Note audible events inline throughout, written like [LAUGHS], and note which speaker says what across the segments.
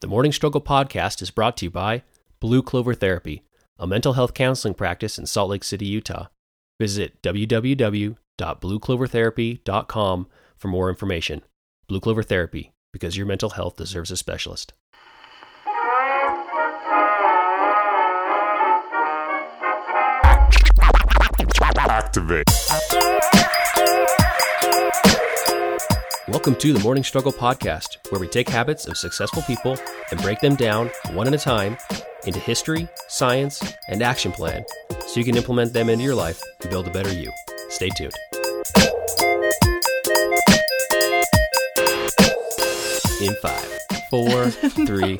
Speaker 1: The Morning Struggle podcast is brought to you by Blue Clover Therapy, a mental health counseling practice in Salt Lake City, Utah. Visit www.blueclovertherapy.com for more information. Blue Clover Therapy, because your mental health deserves a specialist.
Speaker 2: Activate.
Speaker 1: Welcome to the Morning Struggle podcast, where we take habits of successful people and break them down one at a time into history, science, and action plan so you can implement them into your life and build a better you. Stay tuned. In five,
Speaker 3: [LAUGHS]
Speaker 1: four, three.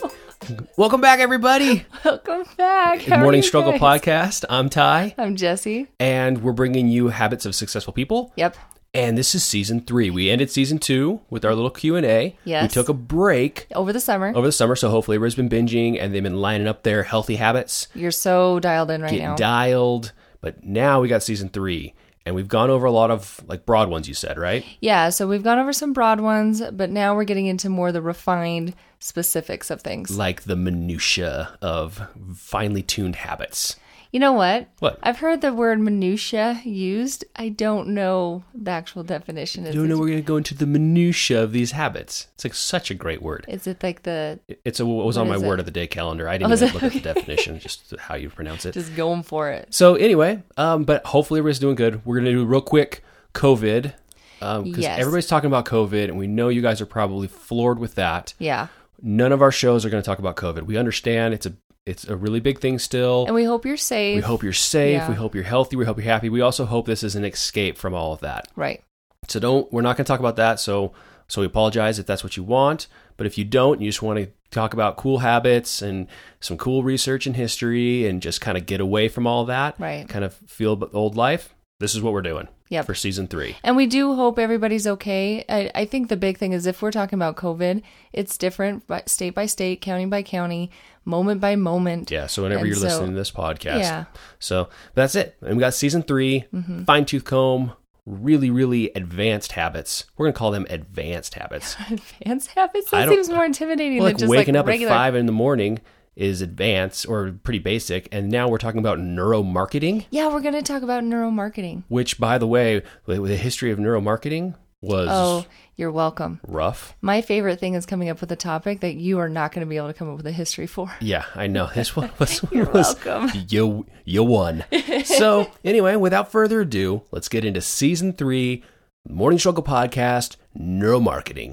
Speaker 1: Welcome back, everybody.
Speaker 3: Welcome back. How are
Speaker 1: Morning
Speaker 3: you
Speaker 1: Struggle
Speaker 3: guys?
Speaker 1: podcast. I'm Ty,
Speaker 3: I'm Jesse.
Speaker 1: and we're bringing you habits of successful people.
Speaker 3: Yep.
Speaker 1: And this is season three. We ended season two with our little Q and A. We
Speaker 3: Yes.
Speaker 1: took a break
Speaker 3: Over the summer,
Speaker 1: over the summer, so hopefully everybody's been binging and they've been lining up their healthy habits,
Speaker 3: you're so dialed in right
Speaker 1: getting
Speaker 3: now.
Speaker 1: dialed. But now we got season three, and we've gone over a lot of like broad ones. You said right?
Speaker 3: yeah. So we've gone over some broad ones, but now we're getting into more the refined specifics of things.
Speaker 1: Like the minutia of finely tuned habits.
Speaker 3: You know what?
Speaker 1: What?
Speaker 3: I've heard the word minutia used. I don't know the actual definition. Is,
Speaker 1: No, no,
Speaker 3: it,
Speaker 1: we're gonna go into the minutia of these habits. It's like such a great word.
Speaker 3: is it like the
Speaker 1: It's a, what was on my
Speaker 3: is
Speaker 1: word
Speaker 3: it?
Speaker 1: of the day calendar. I didn't
Speaker 3: Oh, is
Speaker 1: even
Speaker 3: it?
Speaker 1: look
Speaker 3: [LAUGHS]
Speaker 1: at the definition, just how you pronounce it.
Speaker 3: just going for it?
Speaker 1: So anyway, um, but hopefully everybody's doing good. We're gonna do real quick COVID because
Speaker 3: Yes.
Speaker 1: everybody's talking about COVID, and we know you guys are probably floored with that.
Speaker 3: Yeah.
Speaker 1: None of our shows are gonna talk about COVID. We understand it's a it's a really big thing still.
Speaker 3: And we hope you're safe.
Speaker 1: We hope you're safe.
Speaker 3: Yeah.
Speaker 1: We hope you're healthy. We hope you're happy. We also hope this is an escape from all of that.
Speaker 3: right.
Speaker 1: So don't we're not going to talk about that. So so we apologize if that's what you want, but if you don't, you just want to talk about cool habits and some cool research and history and just kind of get away from all that,
Speaker 3: Right.
Speaker 1: Kind of feel the old life. This is what we're doing.
Speaker 3: Yep.
Speaker 1: For season 3.
Speaker 3: And we do hope everybody's okay. I, I think the big thing is if we're talking about COVID, it's different by state by state, county by county, moment by moment.
Speaker 1: Yeah, so whenever
Speaker 3: And
Speaker 1: you're
Speaker 3: so-
Speaker 1: listening to this podcast.
Speaker 3: Yeah. Mm-hmm.
Speaker 1: So that's it. And we got season 3, fine tooth comb, really really advanced habits. We're going to call them advanced habits.
Speaker 3: [LAUGHS] Advanced habits?
Speaker 1: I
Speaker 3: That
Speaker 1: don't-
Speaker 3: seems more intimidating
Speaker 1: like
Speaker 3: than just
Speaker 1: waking
Speaker 3: like
Speaker 1: up
Speaker 3: regular.
Speaker 1: at 5 in the morning is advanced or pretty basic, and now we're talking about neuromarketing.
Speaker 3: Yeah, we're going to talk about neuromarketing.
Speaker 1: which by the way the the history of neuromarketing was
Speaker 3: Oh, you're welcome.
Speaker 1: rough
Speaker 3: My favorite thing is coming up with a topic that you are not going to be able to come up with a history for.
Speaker 1: yeah i
Speaker 3: [LAUGHS]
Speaker 1: know this one was,
Speaker 3: You're
Speaker 1: was
Speaker 3: welcome.
Speaker 1: you you
Speaker 3: [LAUGHS]
Speaker 1: won so anyway without further ado let's get into season three morning struggle podcast neuromarketing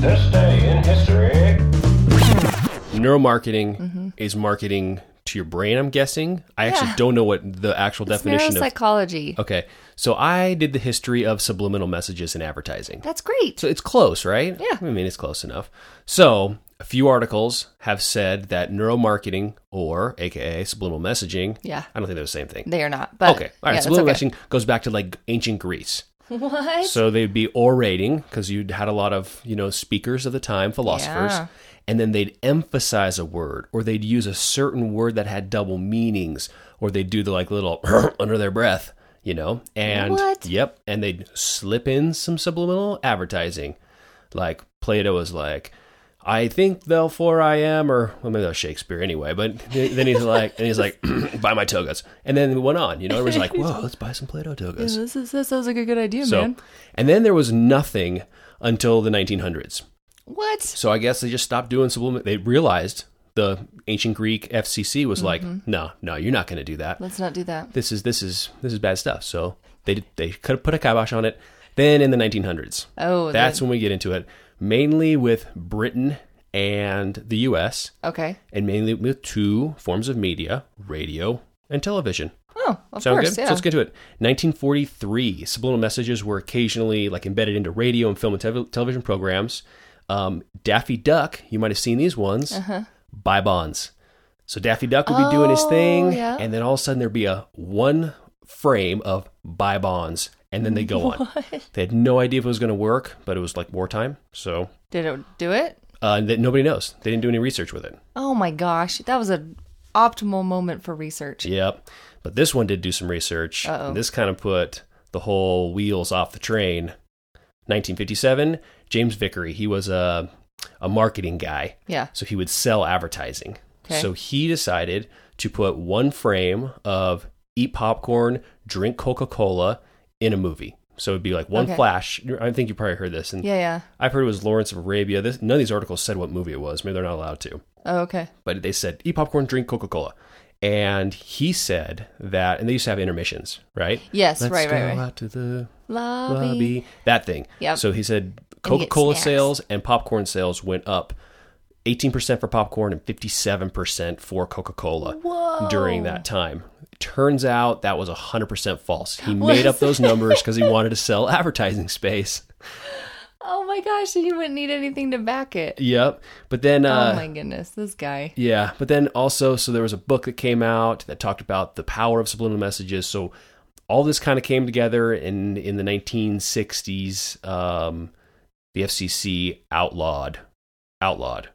Speaker 4: This day in history.
Speaker 1: neuromarketing is marketing to your brain i'm guessing i actually
Speaker 3: Mm-hmm. Yeah.
Speaker 1: don't know what the actual [LAUGHS]
Speaker 3: It's
Speaker 1: definition of Oh.
Speaker 3: neuropsychology.
Speaker 1: okay so i did the history of subliminal messages in advertising
Speaker 3: That's great.
Speaker 1: So it's close, right?
Speaker 3: Yeah.
Speaker 1: I mean, it's close enough. So a few articles have said that neuromarketing, or AKA subliminal messaging,
Speaker 3: Yeah.
Speaker 1: I don't think they're the same thing.
Speaker 3: They are not. But
Speaker 1: okay. All right.
Speaker 3: yeah, that's
Speaker 1: subliminal
Speaker 3: okay.
Speaker 1: messaging goes back to like ancient Greece.
Speaker 3: What?
Speaker 1: So they'd be orating because you'd had a lot of, you know, speakers of the time, philosophers.
Speaker 3: Yeah.
Speaker 1: And then they'd emphasize a word, or they'd use a certain word that had double meanings, or they'd do the like little [CLEARS THROAT] under their breath, you know? And
Speaker 3: What?
Speaker 1: yep. And they'd slip in some subliminal advertising. Like Plato was like, I think therefore I am, or well, maybe that was Shakespeare anyway, but th- then he's like, and he's like, [CLEARS THROAT] buy my togas. And then we went on, you know, everybody's like, whoa, let's buy some Plato togas.
Speaker 3: this, is, this sounds like a good idea,
Speaker 1: So,
Speaker 3: man.
Speaker 1: and then there was nothing until the 1900s.
Speaker 3: What?
Speaker 1: So I guess they just stopped doing subliminal. They realized the ancient Greek FCC was like, no, no, you're not going to do that.
Speaker 3: Let's not do that.
Speaker 1: This is this is this is bad stuff. So they they could have put a kibosh on it. Then in the 1900s,
Speaker 3: Oh, the-
Speaker 1: that's when we get into it, mainly with Britain and the U.S.
Speaker 3: okay.
Speaker 1: and mainly with two forms of media, radio and television.
Speaker 3: Oh, of
Speaker 1: Sound
Speaker 3: course.
Speaker 1: good?
Speaker 3: Yeah.
Speaker 1: So let's get to it. 1943, subliminal messages were occasionally like embedded into radio and film and tev- television programs. Um, Daffy Duck, you might have seen these ones. Buy bonds. So Daffy Duck would be doing his
Speaker 3: Uh-huh. Oh,
Speaker 1: thing,
Speaker 3: yeah.
Speaker 1: and then all of a sudden there'd be a one frame of buy bonds, and then they go
Speaker 3: [LAUGHS]
Speaker 1: on. They had no idea if it was going to work, but it was like wartime, so
Speaker 3: Did it do it?
Speaker 1: uh, that nobody knows. They didn't do any research with it.
Speaker 3: Oh my gosh, that was an optimal moment for research.
Speaker 1: Yep. But this one did do some research.
Speaker 3: Uh-oh.
Speaker 1: And this kind of put the whole wheels off the train. 1957, James Vickery. He was a, a marketing guy.
Speaker 3: Yeah.
Speaker 1: So he would sell advertising.
Speaker 3: Okay.
Speaker 1: So he decided to put one frame of eat popcorn, drink Coca Cola in a movie. So it'd be like one
Speaker 3: Okay.
Speaker 1: flash. I think you probably heard this. And
Speaker 3: Yeah, yeah.
Speaker 1: I've heard it was Lawrence of Arabia. This, none of these articles said what movie it was. Maybe they're not allowed to
Speaker 3: Oh, okay.
Speaker 1: but they said eat popcorn, drink Coca Cola. And he said that, and they used to have intermissions, right?
Speaker 3: Yes,
Speaker 1: Let's
Speaker 3: right,
Speaker 1: go
Speaker 3: right, right.
Speaker 1: out to the
Speaker 3: Lobby.
Speaker 1: lobby, that thing.
Speaker 3: Yep.
Speaker 1: So he said Coca Cola
Speaker 3: snacks.
Speaker 1: sales and popcorn sales went up 18% for popcorn and 57% for Coca Cola during that time. Turns out that was 100% false. He made up those numbers because he wanted to sell [LAUGHS] advertising space.
Speaker 3: Oh my gosh, he wouldn't need anything to back it.
Speaker 1: Yep. But then, uh,
Speaker 3: oh my goodness, this guy.
Speaker 1: Yeah, but then also, so there was a book that came out that talked about the power of subliminal messages. So all this kind of came together in in the 1960s. Um, the FCC outlawed outlawed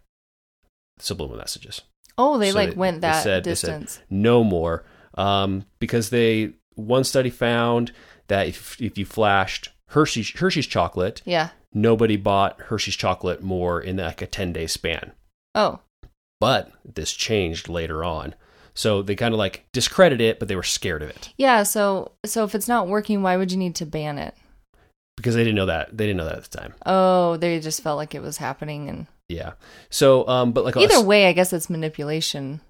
Speaker 1: subliminal messages.
Speaker 3: Oh, they
Speaker 1: So
Speaker 3: like went that
Speaker 1: said- they said,
Speaker 3: distance.
Speaker 1: no more, um, because they one study found that if if you flashed Hershey's Hershey's chocolate,
Speaker 3: yeah.
Speaker 1: nobody bought Hershey's chocolate more in like a 10 day span.
Speaker 3: Oh,
Speaker 1: but this changed later on. So they kind of like discredit it, but they were scared of it
Speaker 3: yeah. So, so if it's not working, why would you need to ban it?
Speaker 1: because they didn't know that they didn't know that at the time.
Speaker 3: Oh, they just felt like it was happening, and
Speaker 1: Yeah. So, um, but like
Speaker 3: either way, I guess it's manipulation.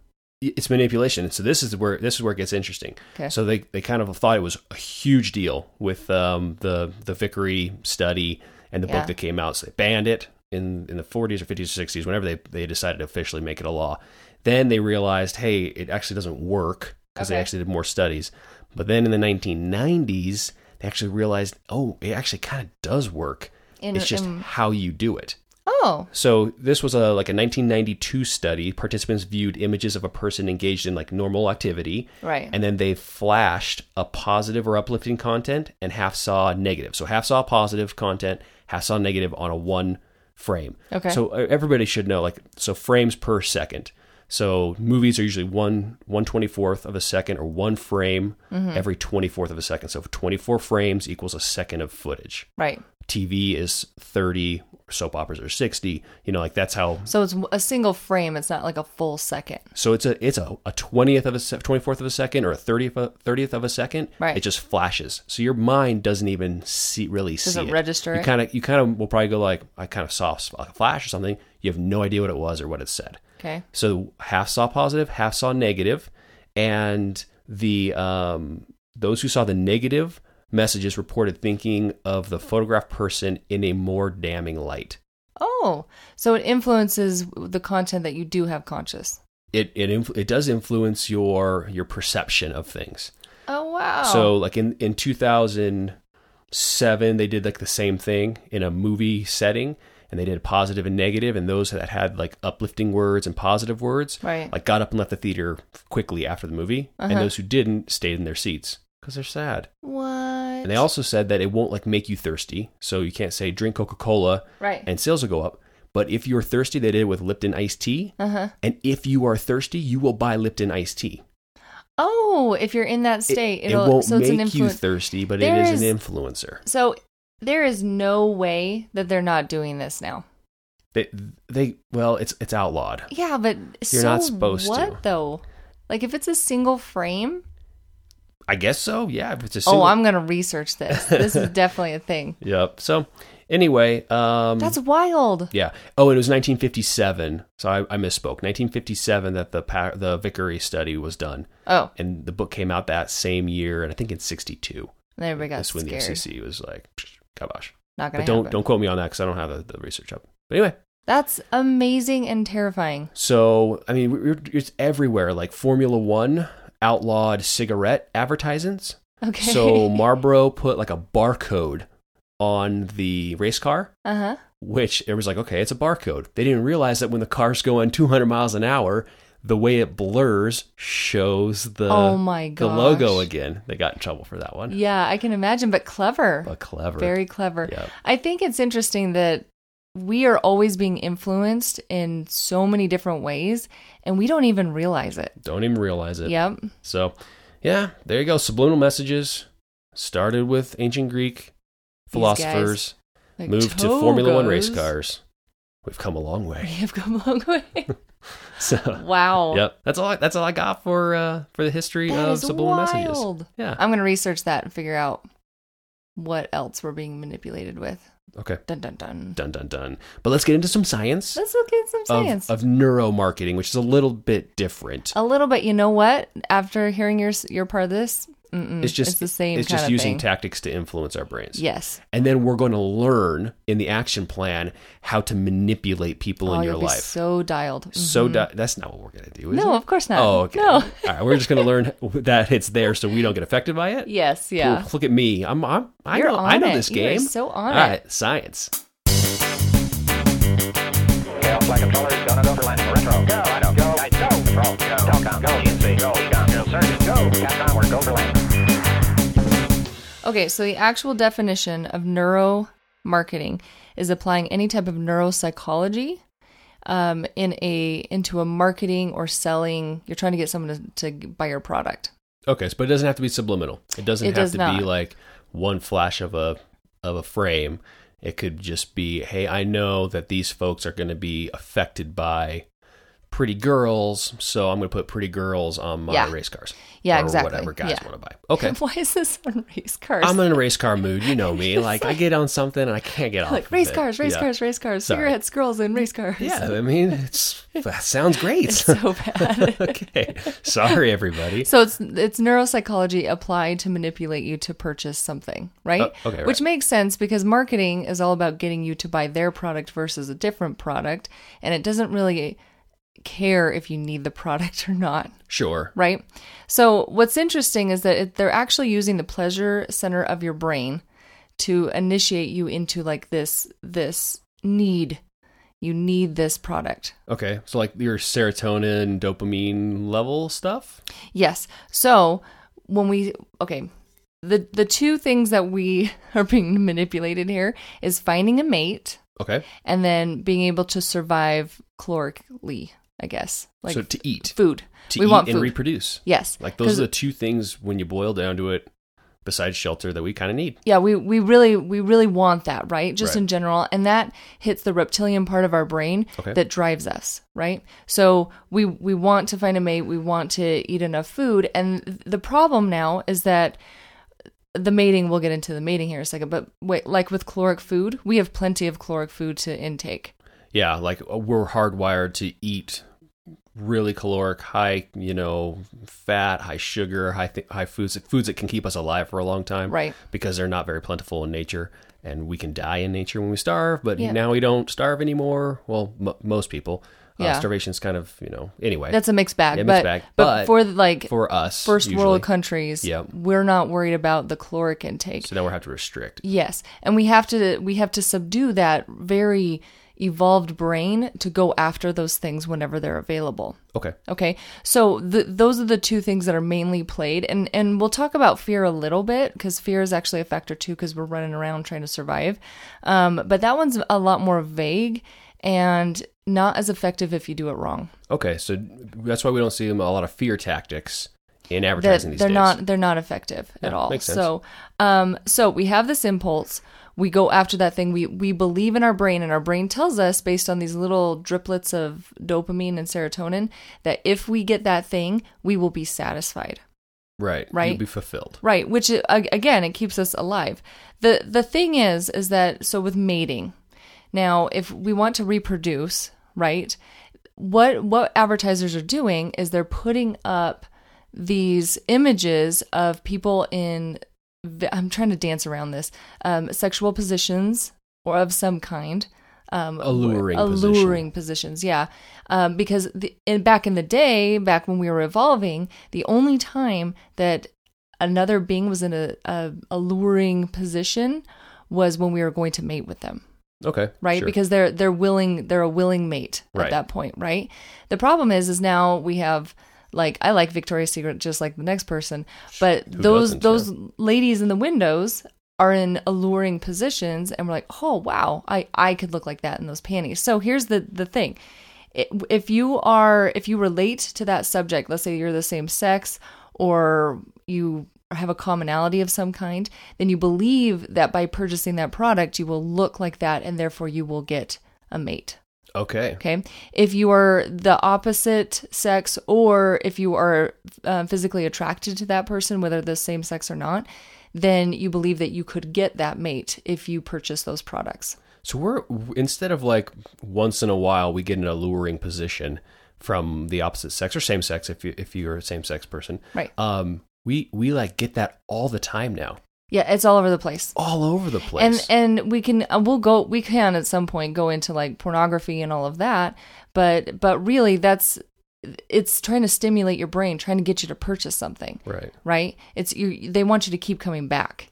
Speaker 1: it's manipulation. So this is where this is where it gets interesting.
Speaker 3: Okay.
Speaker 1: So they they kind of thought it was a huge deal with um, the the Vickery study and the
Speaker 3: Yeah.
Speaker 1: book that came out. So they banned it in in the 40s or 50s or 60s, whenever they they decided to officially make it a law. Then they realized, hey, it actually doesn't work because they
Speaker 3: Okay.
Speaker 1: actually did more studies. But then in the 1990s, they actually realized, oh, it actually kind of does work.
Speaker 3: In-
Speaker 1: it's just
Speaker 3: in-
Speaker 1: how you do it.
Speaker 3: Oh,
Speaker 1: So this was a like a 1992 study. Participants viewed images of a person engaged in like normal activity,
Speaker 3: right.
Speaker 1: and then they flashed a positive or uplifting content, and half saw negative. So half saw positive content, half saw negative on a one frame.
Speaker 3: Okay.
Speaker 1: So uh, everybody should know like so frames per second. So movies are usually one one twenty fourth of a second or one frame
Speaker 3: Mm-hmm.
Speaker 1: every twenty fourth of a second. So twenty four frames equals a second of footage.
Speaker 3: right.
Speaker 1: TV is 30, soap operas are 60. You know, like that's how.
Speaker 3: So it's a single frame. It's not like a full second.
Speaker 1: So it's a it's a, a 20th of a se- 24th of a second or a 30th of, 30th of a second.
Speaker 3: Right.
Speaker 1: It just flashes. So your mind doesn't even see really
Speaker 3: Doesn't
Speaker 1: see it.
Speaker 3: register
Speaker 1: You
Speaker 3: it.
Speaker 1: kind of you kind of will probably go like I kind of saw s- a flash or something. You have no idea what it was or what it said.
Speaker 3: Okay.
Speaker 1: So half saw positive, half saw negative, and the um, those who saw the negative messages reported thinking of the photographed person in a more damning light.
Speaker 3: Oh, so it influences the content that you do have conscious.
Speaker 1: It it influ- it does influence your your perception of things.
Speaker 3: Oh wow.
Speaker 1: So like in in 2007 they did like the same thing in a movie setting and they did positive and negative and those that had like uplifting words and positive words
Speaker 3: Right.
Speaker 1: like got up and left the theater quickly after the movie and
Speaker 3: Uh-huh.
Speaker 1: those who didn't stayed in their seats cuz they're sad.
Speaker 3: what?
Speaker 1: And they also said that it won't like make you thirsty, so you can't say drink Coca-Cola
Speaker 3: right.
Speaker 1: and sales will go up. But if you're thirsty, they did it with Lipton iced tea.
Speaker 3: uh huh.
Speaker 1: And if you are thirsty, you will buy Lipton iced tea.
Speaker 3: Oh, if you're in that
Speaker 1: It-
Speaker 3: state,
Speaker 1: it,
Speaker 3: it'll,
Speaker 1: won't
Speaker 3: so it's
Speaker 1: make
Speaker 3: an
Speaker 1: you
Speaker 3: influence.
Speaker 1: thirsty, but
Speaker 3: There
Speaker 1: it is,
Speaker 3: is-
Speaker 1: an influencer.
Speaker 3: so there is no way that they're not doing this now.
Speaker 1: They, they, well, it's it's outlawed.
Speaker 3: Yeah, but
Speaker 1: You're
Speaker 3: so
Speaker 1: not supposed
Speaker 3: what
Speaker 1: to.
Speaker 3: though? Like if it's a single frame,
Speaker 1: I guess so. Yeah, if it's a single.
Speaker 3: oh, I'm gonna research this.
Speaker 1: [LAUGHS]
Speaker 3: This is definitely a thing.
Speaker 1: Yep. So, anyway, um,
Speaker 3: That's wild.
Speaker 1: yeah. Oh, and it was 1957. So I, I misspoke. 1957 that the pa- the Vickery study was done,
Speaker 3: Oh,
Speaker 1: and the book came out that same year, and I think in '62.
Speaker 3: and everybody got
Speaker 1: That's when
Speaker 3: scared.
Speaker 1: the FCC was like, "Psh, "Kibosh."
Speaker 3: Not gonna
Speaker 1: But don't
Speaker 3: happen.
Speaker 1: don't quote me on that because I don't have the, the research up. But anyway,
Speaker 3: That's amazing and terrifying.
Speaker 1: So I mean, we're, it's everywhere. Like Formula One outlawed cigarette advertisements.
Speaker 3: Okay. [LAUGHS]
Speaker 1: So Marlboro put like a barcode on the race car,
Speaker 3: uh huh.
Speaker 1: which it was like, okay, it's a barcode. They didn't realize that when the car's going 200 miles an hour, the way it blurs shows the
Speaker 3: Oh my
Speaker 1: the logo
Speaker 3: gosh.
Speaker 1: again. They got in trouble for that one.
Speaker 3: Yeah, I can imagine, but clever.
Speaker 1: But clever.
Speaker 3: Very clever.
Speaker 1: Yeah.
Speaker 3: I think it's interesting that we are always being influenced in so many different ways and we don't even realize it.
Speaker 1: Don't even realize it.
Speaker 3: Yep.
Speaker 1: So, yeah, there you go. Subliminal messages started with ancient Greek
Speaker 3: These guys,
Speaker 1: philosophers.
Speaker 3: Like
Speaker 1: moved to Formula One race
Speaker 3: togos.
Speaker 1: cars. We've come a long
Speaker 3: [LAUGHS] We
Speaker 1: way. [LAUGHS]
Speaker 3: have come a long way.
Speaker 1: So,
Speaker 3: wow.
Speaker 1: yep. That's all. I, that's all I got for uh, for the history
Speaker 3: That
Speaker 1: of
Speaker 3: is
Speaker 1: subliminal messages.
Speaker 3: wild.
Speaker 1: Yeah.
Speaker 3: I'm gonna research that and figure out what else we're being manipulated with.
Speaker 1: Okay.
Speaker 3: Dun dun dun.
Speaker 1: Dun dun dun. But let's get into some science,
Speaker 3: Let's look at some science. Um,
Speaker 1: of of neuromarketing, which is a little bit different.
Speaker 3: a little bit. You know what? After hearing your s- your part of this, mm-mm,
Speaker 1: it's just
Speaker 3: the same.
Speaker 1: It's
Speaker 3: kind
Speaker 1: just
Speaker 3: of
Speaker 1: using
Speaker 3: thing.
Speaker 1: tactics to influence our brains.
Speaker 3: Yes.
Speaker 1: And then we're going to learn in the action plan how to manipulate people
Speaker 3: oh,
Speaker 1: in your
Speaker 3: you'll be
Speaker 1: life.
Speaker 3: so dialed. Mm-hmm.
Speaker 1: So di- that's not what we're gonna do. Is
Speaker 3: No,
Speaker 1: it?
Speaker 3: of course not.
Speaker 1: Oh, okay.
Speaker 3: No. [LAUGHS]
Speaker 1: All right, we're just gonna learn that it's there, so we don't get affected by it.
Speaker 3: Yes.
Speaker 1: Cool,
Speaker 3: Yeah.
Speaker 1: Look at me. I'm. I'm I
Speaker 3: You're
Speaker 1: know. I
Speaker 3: on
Speaker 1: know
Speaker 3: it.
Speaker 1: this
Speaker 3: You are
Speaker 1: game.
Speaker 3: so on
Speaker 1: All
Speaker 3: it.
Speaker 1: right, science.
Speaker 5: Tail flag of colors, gonna go for landing. Retro. Go, I don't. Go, I don't. Control. Go. Telcom. Go. GNC. Go. Ecom. Go. Surgeon. Go. Capcom. We're go for landing.
Speaker 3: Okay, so the actual definition of neuromarketing is applying any type of neuropsychology um, in a into a marketing or selling. You're trying to get someone to, to buy your product.
Speaker 1: Okay, so, but it doesn't have to be subliminal. It doesn't
Speaker 3: It
Speaker 1: have
Speaker 3: does
Speaker 1: to
Speaker 3: not.
Speaker 1: be like one flash of a of a frame. It could just be, hey, I know that these folks are going to be affected by pretty girls, so I'm going to put pretty girls on my
Speaker 3: Yeah.
Speaker 1: race cars.
Speaker 3: Yeah,
Speaker 1: or
Speaker 3: exactly.
Speaker 1: Whatever guys
Speaker 3: Yeah.
Speaker 1: want to buy.
Speaker 3: [LAUGHS]
Speaker 1: Okay.
Speaker 3: Why is this on race cars?
Speaker 1: I'm in a race car mood. You know
Speaker 3: [LAUGHS]
Speaker 1: me. Like, I get on something and I can't get off.
Speaker 3: like
Speaker 1: of [LAUGHS]
Speaker 3: race
Speaker 1: it.
Speaker 3: cars, race
Speaker 1: Yeah.
Speaker 3: cars, race cars,
Speaker 1: Sorry.
Speaker 3: cigarettes, girls, and race cars.
Speaker 1: Yeah, I mean, it's that sounds great.
Speaker 3: it's [LAUGHS] so bad.
Speaker 1: [LAUGHS] okay, sorry everybody.
Speaker 3: So it's it's neuropsychology applied to manipulate you to purchase something, right?
Speaker 1: Oh, okay,
Speaker 3: Which
Speaker 1: right.
Speaker 3: makes sense because marketing is all about getting you to buy their product versus a different product, and it doesn't really care if you need the [LAUGHS] product or not,
Speaker 1: Sure.
Speaker 3: right? So what's interesting is that it, they're actually using the pleasure center of your brain to initiate you into like this this need. You need this product.
Speaker 1: Okay, so like your serotonin, dopamine level stuff.
Speaker 3: Yes. So when we okay, the the two things that we [LAUGHS] are being manipulated here is finding a mate
Speaker 1: Okay,
Speaker 3: and then being able to survive calorically, I guess. Like
Speaker 1: so to eat,
Speaker 3: food.
Speaker 1: to
Speaker 3: we
Speaker 1: eat
Speaker 3: want
Speaker 1: and
Speaker 3: food.
Speaker 1: reproduce.
Speaker 3: yes.
Speaker 1: Like those
Speaker 3: 'Cause-
Speaker 1: are the two things when you boil down to it. Besides shelter, that we kind of need.
Speaker 3: yeah, we, we really we really want that, right? Just
Speaker 1: Right.
Speaker 3: in general. And that hits the reptilian part of our brain
Speaker 1: Okay.
Speaker 3: that drives us, right? So we we want to find a mate, we want to eat enough food. And the problem now is that the mating we'll get into the mating here in a second, but wait, like with caloric food, we have plenty of caloric food to intake.
Speaker 1: Yeah, like uh, we're hardwired to eat really caloric, high, you know, fat, high sugar, high th- high foods foods that can keep us alive for a long time.
Speaker 3: Right.
Speaker 1: because they're not very plentiful in nature and we can die in nature when we starve but
Speaker 3: Yeah.
Speaker 1: now we don't starve anymore well m- most people uh,
Speaker 3: Yeah.
Speaker 1: starvation's kind of you know anyway
Speaker 3: That's a mixed bag.
Speaker 1: Yeah,
Speaker 3: but,
Speaker 1: mixed bag,
Speaker 3: but
Speaker 1: but
Speaker 3: for like
Speaker 1: for us
Speaker 3: first
Speaker 1: usually.
Speaker 3: world countries,
Speaker 1: Yep.
Speaker 3: we're not worried about the caloric intake.
Speaker 1: so now we have to restrict
Speaker 3: Yes, and we have to we have to subdue that very evolved brain to go after those things whenever they're available.
Speaker 1: okay
Speaker 3: Okay, so th those are the two things that are mainly played, and and we'll talk about fear a little bit because fear is actually a factor too because we're running around trying to survive. Um, but that one's a lot more vague and not as effective if you do it wrong.
Speaker 1: okay so that's why we don't see them a lot of fear tactics in
Speaker 3: They're,
Speaker 1: advertising these
Speaker 3: they're
Speaker 1: days
Speaker 3: not they're not effective at
Speaker 1: Yeah,
Speaker 3: all.
Speaker 1: makes sense.
Speaker 3: So um so we have this impulse, we go after that thing, we we believe in our brain and our brain tells us based on these little driplets of dopamine and serotonin that if we get that thing, we will be satisfied.
Speaker 1: right
Speaker 3: right.
Speaker 1: you'd be fulfilled
Speaker 3: Right, which uh, ag- again, it keeps us alive. The the thing is is that so with mating. Now, if we want to reproduce, right? What what advertisers are doing is they're putting up these images of people in v- I'm trying to dance around this. Um, sexual positions or of some kind. Um,
Speaker 1: Alluring position.
Speaker 3: alluring positions, yeah. Um, because the, in, back in the day, back when we were evolving, the only time that another being was in a, a alluring position was when we were going to mate with them
Speaker 1: okay
Speaker 3: right
Speaker 1: sure.
Speaker 3: because they're they're willing they're a willing mate at
Speaker 1: Right.
Speaker 3: that point right the problem is is now we have like i like victoria's secret just like the next person but
Speaker 1: Who
Speaker 3: those
Speaker 1: doesn't,
Speaker 3: those ladies in the windows are in alluring positions and we're like oh wow i i could look like that in those panties so here's the the thing I- if you are if you relate to that subject let's say you're the same sex or you have a commonality of some kind then you believe that by purchasing that product you will look like that and therefore you will get a mate
Speaker 1: Okay.
Speaker 3: Okay. If you are the opposite sex or if you are uh, physically attracted to that person, whether the same sex or not, then you believe that you could get that mate if you purchase those products.
Speaker 1: So we're instead of like once in a while we get an alluring position from the opposite sex or same sex if you if you're a same sex person.
Speaker 3: Right.
Speaker 1: Um we we like get that all the time now.
Speaker 3: Yeah, it's all over the place.
Speaker 1: All over the place.
Speaker 3: And and we can uh, we'll go we can at some point go into like pornography and all of that, but but really that's it's trying to stimulate your brain, trying to get you to purchase something,
Speaker 1: right.
Speaker 3: right? It's you they want you to keep coming back.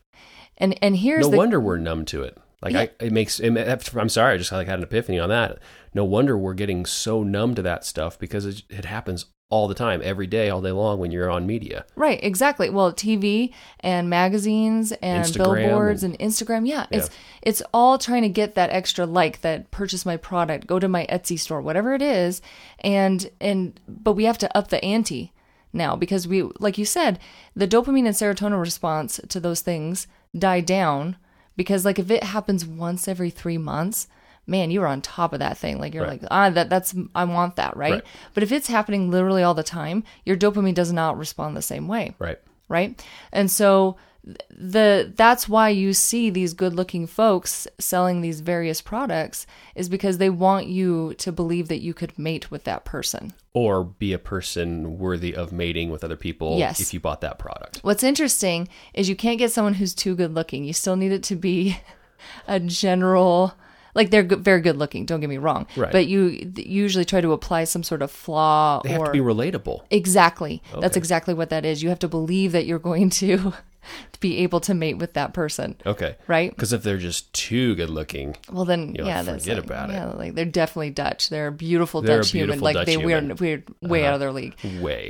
Speaker 3: And and here's
Speaker 1: no
Speaker 3: the
Speaker 1: wonder we're numb to it. Like I, it makes. It, I'm sorry, I just like had an epiphany on that. No wonder we're getting so numb to that stuff because it, it happens all the time, every day, all day long when you're on media.
Speaker 3: Right, exactly. Well, TV and magazines and
Speaker 1: Instagram
Speaker 3: billboards and, Instagram, yeah, it's it's all trying to get that extra like, that purchase my product, go to my Etsy store, whatever it is, and and but we have to up the ante now because we, like you said, the dopamine and serotonin response to those things die down because like if it happens once every three months. Man, you are on top of that thing. Like you're
Speaker 1: Right.
Speaker 3: like, ah, that that's I want that, right?
Speaker 1: Right.
Speaker 3: But if it's happening literally all the time, your dopamine does not respond the same way,
Speaker 1: Right.
Speaker 3: right? And so th- the that's why you see these good-looking folks selling these various products is because they want you to believe that you could mate with that person.
Speaker 1: Or be a person worthy of mating with other people.
Speaker 3: Yes.
Speaker 1: If you bought that product.
Speaker 3: What's interesting is you can't get someone who's too good-looking. You still need it to be [LAUGHS] a general like they're good, very good looking. Don't get me wrong,
Speaker 1: Right.
Speaker 3: but you th- usually try to apply some sort of flaw
Speaker 1: They
Speaker 3: or
Speaker 1: have to be relatable.
Speaker 3: Exactly. That's
Speaker 1: Okay.
Speaker 3: exactly what that is. You have to believe that you're going to [LAUGHS] be able to mate with that person.
Speaker 1: Okay.
Speaker 3: Right?
Speaker 1: Because if they're just too good looking,
Speaker 3: Well, then,
Speaker 1: You're like,
Speaker 3: yeah, that's
Speaker 1: forget
Speaker 3: like-
Speaker 1: about it.
Speaker 3: yeah, Like they're definitely Dutch. They're a beautiful
Speaker 1: They're a
Speaker 3: Dutch human.
Speaker 1: beautiful
Speaker 3: Like
Speaker 1: Dutch
Speaker 3: they
Speaker 1: human. Uh-huh.
Speaker 3: we're we're way out of their league.
Speaker 1: way.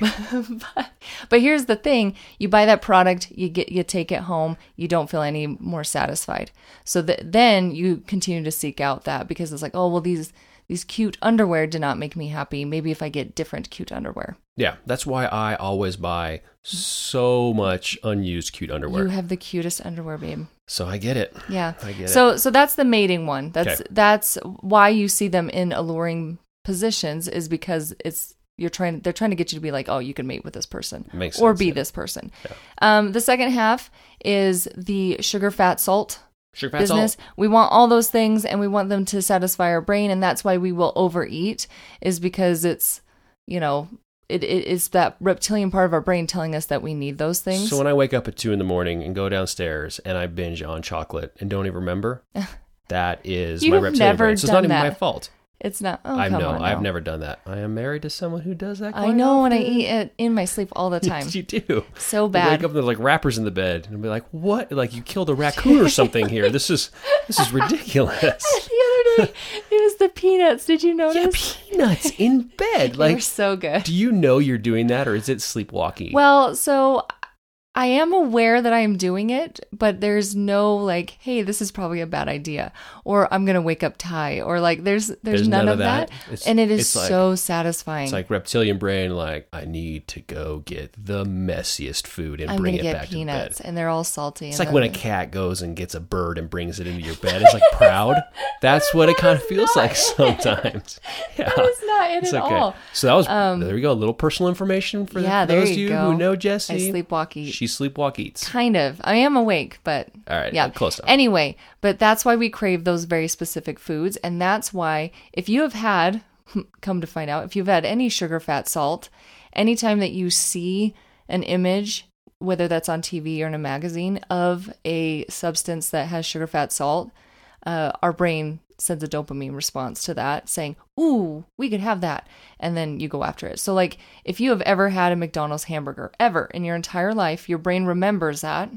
Speaker 3: But here's the thing: you buy that product, you get you take it home, you don't feel any more satisfied. So that then you continue to seek out that because it's like, oh well, these these cute underwear did not make me happy. Maybe if I get different cute underwear,
Speaker 1: yeah. That's why I always buy so much unused cute underwear.
Speaker 3: you have the cutest underwear, babe.
Speaker 1: so I get it.
Speaker 3: Yeah.
Speaker 1: I get
Speaker 3: so so that's the mating one. That's
Speaker 1: Okay.
Speaker 3: that's why you see them in alluring positions is because it's you're trying they're trying to get you to be like, "Oh, you can mate with this person
Speaker 1: Makes
Speaker 3: or
Speaker 1: sense,
Speaker 3: be
Speaker 1: yeah.
Speaker 3: this person." Um the second half is the sugar fat salt
Speaker 1: Sugar fat
Speaker 3: business.
Speaker 1: salt.
Speaker 3: We want all those things and we want them to satisfy our brain and that's why we will overeat is because it's, you know, it, it is that reptilian part of our brain telling us that we need those things.
Speaker 1: So when I wake up at two in the morning and go downstairs and I binge on chocolate and don't even
Speaker 3: [LAUGHS]
Speaker 1: remember, that is
Speaker 3: You've
Speaker 1: my reptilian
Speaker 3: never
Speaker 1: brain. So it's not
Speaker 3: done
Speaker 1: even my
Speaker 3: that.
Speaker 1: fault.
Speaker 3: it's not oh,
Speaker 1: I
Speaker 3: come
Speaker 1: know.
Speaker 3: on
Speaker 1: I've
Speaker 3: now.
Speaker 1: never done that. I am married to someone who does that.
Speaker 3: I
Speaker 1: quite
Speaker 3: know when I
Speaker 1: often.
Speaker 3: eat it in my sleep all the time.
Speaker 1: Yes, [LAUGHS] you do.
Speaker 3: So
Speaker 1: You
Speaker 3: bad.
Speaker 1: wake up and there's like wrappers in the bed, and I'll be like, "What? Like you killed a raccoon or something here? This is this is
Speaker 3: [LAUGHS]
Speaker 1: ridiculous."
Speaker 3: [LAUGHS] the other day, it was the peanuts. Did you
Speaker 1: yeah,
Speaker 3: notice?
Speaker 1: peanuts in
Speaker 3: [LAUGHS]
Speaker 1: bed.
Speaker 3: they
Speaker 1: Like,
Speaker 3: were so
Speaker 1: [LAUGHS]
Speaker 3: good.
Speaker 1: do you know you're doing that, or is it sleepwalking?
Speaker 3: Well, so I am aware that I am doing it, but there's no like, hey, this is probably a bad idea, or I'm gonna wake up Ty, or like, there's there's, none, of that,
Speaker 1: It's-
Speaker 3: and it is
Speaker 1: it's like-
Speaker 3: so satisfying.
Speaker 1: It's like reptilian brain, like, I need to go get the messiest food and
Speaker 3: I'm
Speaker 1: bring
Speaker 3: gonna
Speaker 1: it
Speaker 3: get
Speaker 1: back
Speaker 3: peanuts,
Speaker 1: to bed.
Speaker 3: and they're all salty.
Speaker 1: It's
Speaker 3: and
Speaker 1: like when a
Speaker 3: then-
Speaker 1: cat goes and gets a bird and brings it into your bed. It's like
Speaker 3: [LAUGHS]
Speaker 1: proud. That's what it kind of feels like sometimes. Yeah.
Speaker 3: It's not it
Speaker 1: It's
Speaker 3: at
Speaker 1: okay.
Speaker 3: all. Um,
Speaker 1: So that was there we go. A little personal information for
Speaker 3: Yeah, there
Speaker 1: those of
Speaker 3: you
Speaker 1: you
Speaker 3: go.
Speaker 1: who know Jesse.
Speaker 3: I sleepwalk eat.
Speaker 1: She sleepwalk eats.
Speaker 3: Kind of. I am awake, but
Speaker 1: All right,
Speaker 3: yeah,
Speaker 1: close enough.
Speaker 3: Anyway, but that's why we crave those very specific foods, and that's why if you have had, [LAUGHS] come to find out, if you've had any sugar, fat, salt, anytime that you see an image, whether that's on TV or in a magazine, of a substance that has sugar, fat, salt, uh, our brain sends a dopamine response to that saying, Ooh, we could have that. And then you go after it. So, like, if you have ever had a McDonald's hamburger ever in your entire life, your brain remembers that.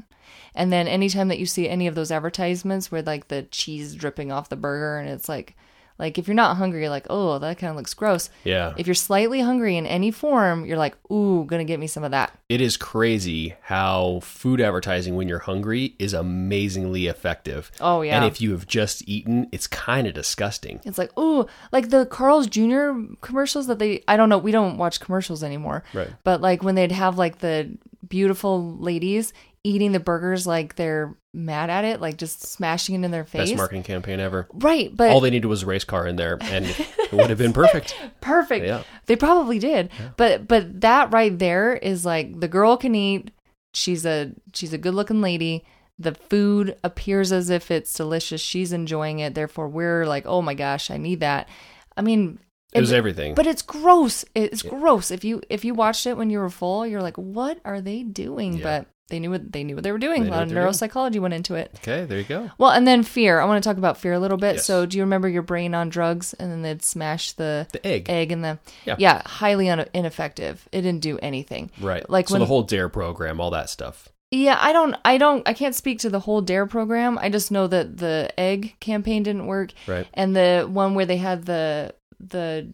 Speaker 3: And then anytime that you see any of those advertisements where like the cheese dripping off the burger and it's like, like if you're not hungry, you're like, oh, that kind of looks gross.
Speaker 1: Yeah.
Speaker 3: If you're slightly hungry in any form, you're like, ooh, gonna get me some of that.
Speaker 1: It is crazy how food advertising when you're hungry is amazingly effective.
Speaker 3: Oh, yeah.
Speaker 1: And if you have just eaten, it's kind of disgusting.
Speaker 3: It's like, ooh, like the Carl's Jr. commercials that they, I don't know, we don't watch commercials anymore.
Speaker 1: Right.
Speaker 3: But like when they'd have like the beautiful ladies eating the burgers like they're mad at it, like just smashing it in their face.
Speaker 1: Best marketing campaign ever.
Speaker 3: Right, but
Speaker 1: All they needed was a race car in there, and it would have
Speaker 3: [LAUGHS]
Speaker 1: been perfect.
Speaker 3: perfect.
Speaker 1: Yeah.
Speaker 3: They probably did. But but that right there is like the girl can eat. She's a she's a good-looking lady. The food appears as if it's delicious. She's enjoying it. Therefore, we're like, "Oh my gosh, I need that." I mean,
Speaker 1: It was
Speaker 3: and-
Speaker 1: everything.
Speaker 3: But it's gross. It's gross. If you if you watched it when you were full, you're like, "What are they doing?"
Speaker 1: Yeah.
Speaker 3: But they knew what they knew what they were doing.
Speaker 1: They knew
Speaker 3: a lot
Speaker 1: what
Speaker 3: of
Speaker 1: they were doing.
Speaker 3: neuropsychology went into it.
Speaker 1: Okay, there you go.
Speaker 3: Well, and then fear. I want to talk about fear a little bit.
Speaker 1: Yes.
Speaker 3: So, do you remember your brain on drugs, and then they'd smash the
Speaker 1: The egg.
Speaker 3: egg in the yeah,
Speaker 1: Yeah.
Speaker 3: highly un- ineffective. It didn't do anything.
Speaker 1: Right.
Speaker 3: Like
Speaker 1: so
Speaker 3: when
Speaker 1: the whole dare program, all that stuff.
Speaker 3: yeah, I don't, I don't, I can't speak to the whole Dare program. I just know that the egg campaign didn't work,
Speaker 1: Right.
Speaker 3: and the one where they had the the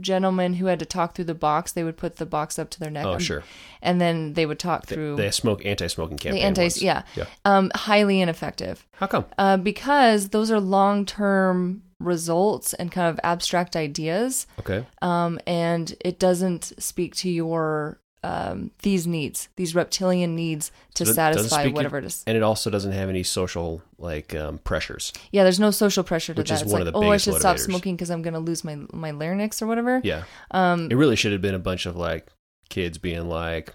Speaker 3: gentleman who had to talk through the box, they would put the box up to their neck.
Speaker 1: Oh,
Speaker 3: um,
Speaker 1: sure.
Speaker 3: And then they would talk through
Speaker 1: They smoke anti-smoking
Speaker 3: the
Speaker 1: campaign.
Speaker 3: anti,
Speaker 1: ones.
Speaker 3: yeah,
Speaker 1: Yeah.
Speaker 3: um, highly ineffective.
Speaker 1: How come?
Speaker 3: uh, because those are long term results and kind of abstract ideas,
Speaker 1: Okay.
Speaker 3: um, and it doesn't speak to your um, these needs, these reptilian needs to
Speaker 1: So that doesn't
Speaker 3: satisfy
Speaker 1: speak
Speaker 3: whatever
Speaker 1: it,
Speaker 3: it is.
Speaker 1: And it also doesn't have any social like um, pressures.
Speaker 3: Yeah, there's no social pressure to
Speaker 1: Which
Speaker 3: that.
Speaker 1: is
Speaker 3: it's
Speaker 1: one
Speaker 3: like,
Speaker 1: of the
Speaker 3: oh, I
Speaker 1: biggest
Speaker 3: should stop
Speaker 1: motivators.
Speaker 3: smoking because I'm going to lose my my larynx or whatever.
Speaker 1: Yeah.
Speaker 3: Um,
Speaker 1: It really should have been a bunch of like kids being like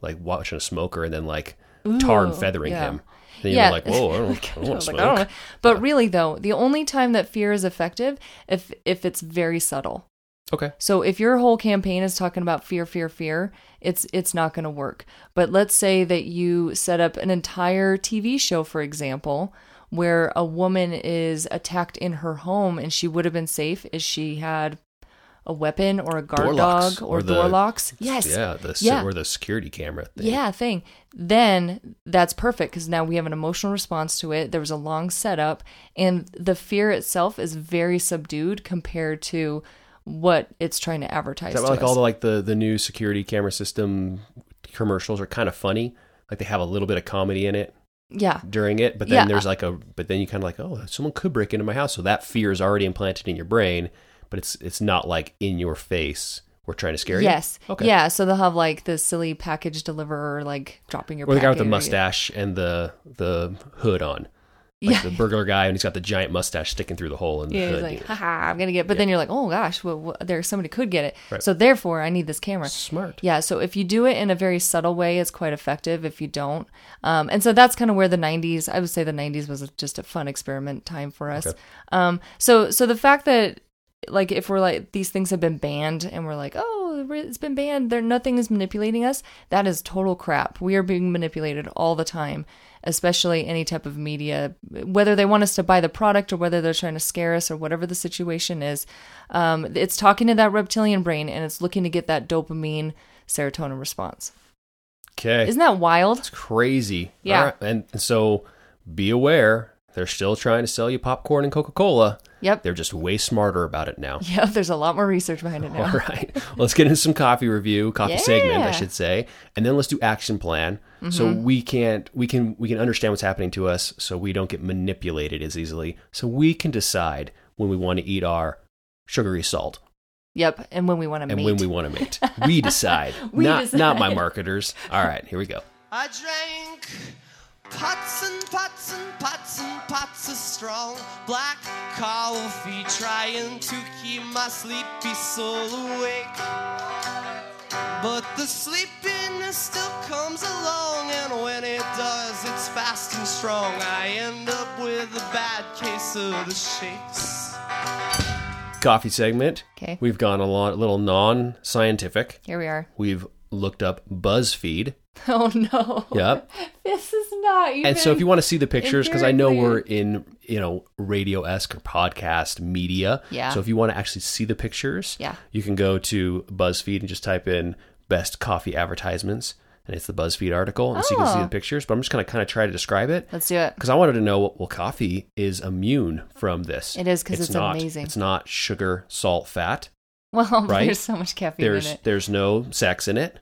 Speaker 1: like watching a smoker and then like tar and
Speaker 3: Ooh,
Speaker 1: feathering
Speaker 3: yeah.
Speaker 1: him. Then you're like, whoa,
Speaker 3: [LAUGHS]
Speaker 1: I don't, I don't want to
Speaker 3: Like,
Speaker 1: smoke.
Speaker 3: I don't know. But really, though, the only time that fear is effective if if it's very subtle.
Speaker 1: Okay.
Speaker 3: So if your whole campaign is talking about fear, fear, fear, it's it's not going to work. But let's say that you set up an entire TV show, for example, where a woman is attacked in her home, and she would have been safe if she had a weapon or a guard
Speaker 1: Door locks
Speaker 3: dog or,
Speaker 1: or the-
Speaker 3: door locks. Yes.
Speaker 1: Yeah. The se-
Speaker 3: Yeah.
Speaker 1: or the security camera thing.
Speaker 3: Yeah, thing. Then that's perfect because now we have an emotional response to it. There was a long setup, and the fear itself is very subdued compared to what it's trying to advertise.
Speaker 1: Is that why,
Speaker 3: To
Speaker 1: like
Speaker 3: us.
Speaker 1: all the like the the new security camera system commercials are kind of funny? Like they have a little bit of comedy in it.
Speaker 3: yeah,
Speaker 1: during it, but then
Speaker 3: Yeah.
Speaker 1: there's like a but then you kind of like oh someone could break into my house, so that fear is already implanted in your brain, but it's it's not like in your face. We're trying to scare
Speaker 3: yes,
Speaker 1: you. Okay.
Speaker 3: yeah. So they'll have like the silly package deliverer, like dropping your
Speaker 1: Or the guy with the
Speaker 3: package.
Speaker 1: mustache and the the hood on, like
Speaker 3: Yeah.
Speaker 1: the burglar guy, and he's got the giant mustache sticking through the hole in the
Speaker 3: Yeah, he's
Speaker 1: hood.
Speaker 3: like, haha, I'm gonna get. But then you're like, oh gosh, well, well, there somebody could get it.
Speaker 1: Right.
Speaker 3: So therefore, I need this camera.
Speaker 1: Smart.
Speaker 3: Yeah, so if you do it in a very subtle way, it's quite effective. If you don't, um, and so that's kind of where the '90s. I would say the '90s was just a fun experiment time for us. Um, so, so the fact that like if we're like these things have been banned and we're like, oh, it's been banned. There, nothing is manipulating us. That is total crap. We are being manipulated all the time, especially any type of media, whether they want us to buy the product or whether they're trying to scare us or whatever the situation is. Um, it's talking to that reptilian brain and it's looking to get that dopamine serotonin response.
Speaker 1: Okay.
Speaker 3: Isn't that wild?
Speaker 1: It's crazy.
Speaker 3: Yeah.
Speaker 1: All right. And, and so be aware, they're still trying to sell you popcorn and Coca Cola.
Speaker 3: Yep.
Speaker 1: They're just way smarter about it now.
Speaker 3: [LAUGHS] Yep. There's a lot more research behind it now.
Speaker 1: All right. Well, let's get into some coffee review, coffee segment,
Speaker 3: Yeah. Mm-hmm.
Speaker 1: I should say, and then let's do action plan. So we can't we can we can understand what's happening to us, so we don't get manipulated as easily. So we can decide when we want to eat our sugary salt
Speaker 3: Yep. And when we want to
Speaker 1: and
Speaker 3: mate.
Speaker 1: when we want to
Speaker 3: [LAUGHS]
Speaker 1: mate. We decide,
Speaker 3: We
Speaker 1: not not my
Speaker 3: decide.
Speaker 1: marketers. All right, here we go.
Speaker 6: I drank pots and pots and pots and pots of strong black coffee, trying to keep my sleepy soul awake. But the sleepiness still comes along, and when it does, it's fast and strong. I end up with a bad case of the shakes.
Speaker 1: Coffee segment.
Speaker 3: 'Kay.
Speaker 1: We've gone a lot, a little non-scientific.
Speaker 3: Here we are. [LAUGHS]
Speaker 1: We've looked up BuzzFeed.
Speaker 3: Oh no.
Speaker 1: Yep.
Speaker 3: [LAUGHS] This is not even.
Speaker 1: and so if you want to see the pictures because i know
Speaker 3: empirically-
Speaker 1: we're in you know radio-esque or podcast media
Speaker 3: Yeah.
Speaker 1: so if you want to actually see the pictures
Speaker 3: Yeah.
Speaker 1: you can go to buzzfeed and just type in best coffee advertisements and it's the buzzfeed article and so you can see
Speaker 3: Oh.
Speaker 1: the pictures but i'm just going to kind of try to describe it
Speaker 3: Let's do it. [LAUGHS]
Speaker 1: because i wanted to know well coffee is immune from this
Speaker 3: It is 'cause it's
Speaker 1: not-
Speaker 3: amazing.
Speaker 1: it's not sugar salt fat
Speaker 3: Well, [LAUGHS]
Speaker 1: Right?
Speaker 3: there's so much caffeine
Speaker 1: there's
Speaker 3: in it.
Speaker 1: there's no sex in it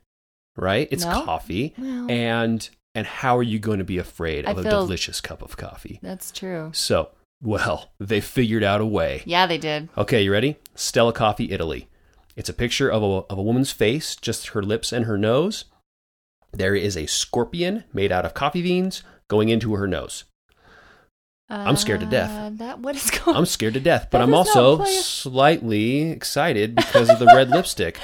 Speaker 1: right it's
Speaker 3: No?
Speaker 1: coffee
Speaker 3: Well.
Speaker 1: and and how are you going to be afraid
Speaker 3: I
Speaker 1: of a
Speaker 3: feel-
Speaker 1: delicious cup of coffee
Speaker 3: That's true.
Speaker 1: so well [LAUGHS] they figured out a way
Speaker 3: Yeah, they did.
Speaker 1: okay you ready stella coffee italy it's a picture of a, of a woman's face just her lips and her nose there is a scorpion made out of coffee beans going into her nose. I'm scared to death.
Speaker 3: Uh, That what is going?
Speaker 1: I'm scared to death, but
Speaker 3: That
Speaker 1: I'm
Speaker 3: does not
Speaker 1: also
Speaker 3: play a-
Speaker 1: slightly excited because of the red lipstick.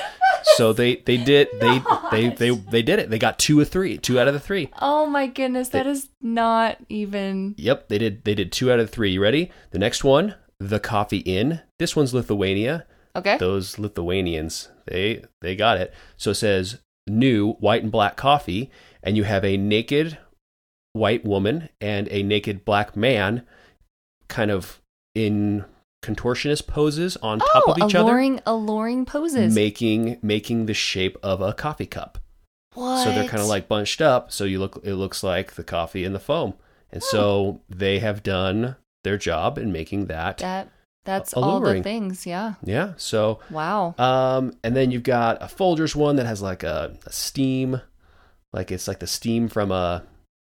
Speaker 1: So they they did
Speaker 3: [LAUGHS]
Speaker 1: they they they they did it. They got two of three, two out of the three.
Speaker 3: oh my goodness, that is not even.
Speaker 1: Yep, they did they did two out of three. You ready? The next one, the Coffee Inn. This one's Lithuania.
Speaker 3: Okay.
Speaker 1: Those Lithuanians, they they got it. So it says new white and black coffee, and you have a naked white woman and a naked black man, kind of in contortionist poses on top
Speaker 3: oh,
Speaker 1: of each other.
Speaker 3: alluring, alluring poses.
Speaker 1: making making the shape of a coffee cup.
Speaker 3: what?
Speaker 1: So they're kind of like bunched up. So you look, it looks like the coffee and the foam. And so they have done their job in making that.
Speaker 3: that. That's all the
Speaker 1: alluring.
Speaker 3: things. Yeah.
Speaker 1: yeah. So,
Speaker 3: Wow.
Speaker 1: um, and then you've got a Folgers one that has like a, a steam, like it's like the steam from a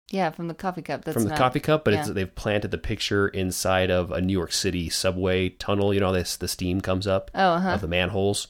Speaker 3: Yeah, from the coffee cup. That's
Speaker 1: from the
Speaker 3: not-
Speaker 1: coffee cup, but it's,
Speaker 3: yeah.
Speaker 1: they've planted the picture inside of a New York City subway tunnel. You know, this the steam comes up
Speaker 3: Oh, uh-huh.
Speaker 1: of the manholes.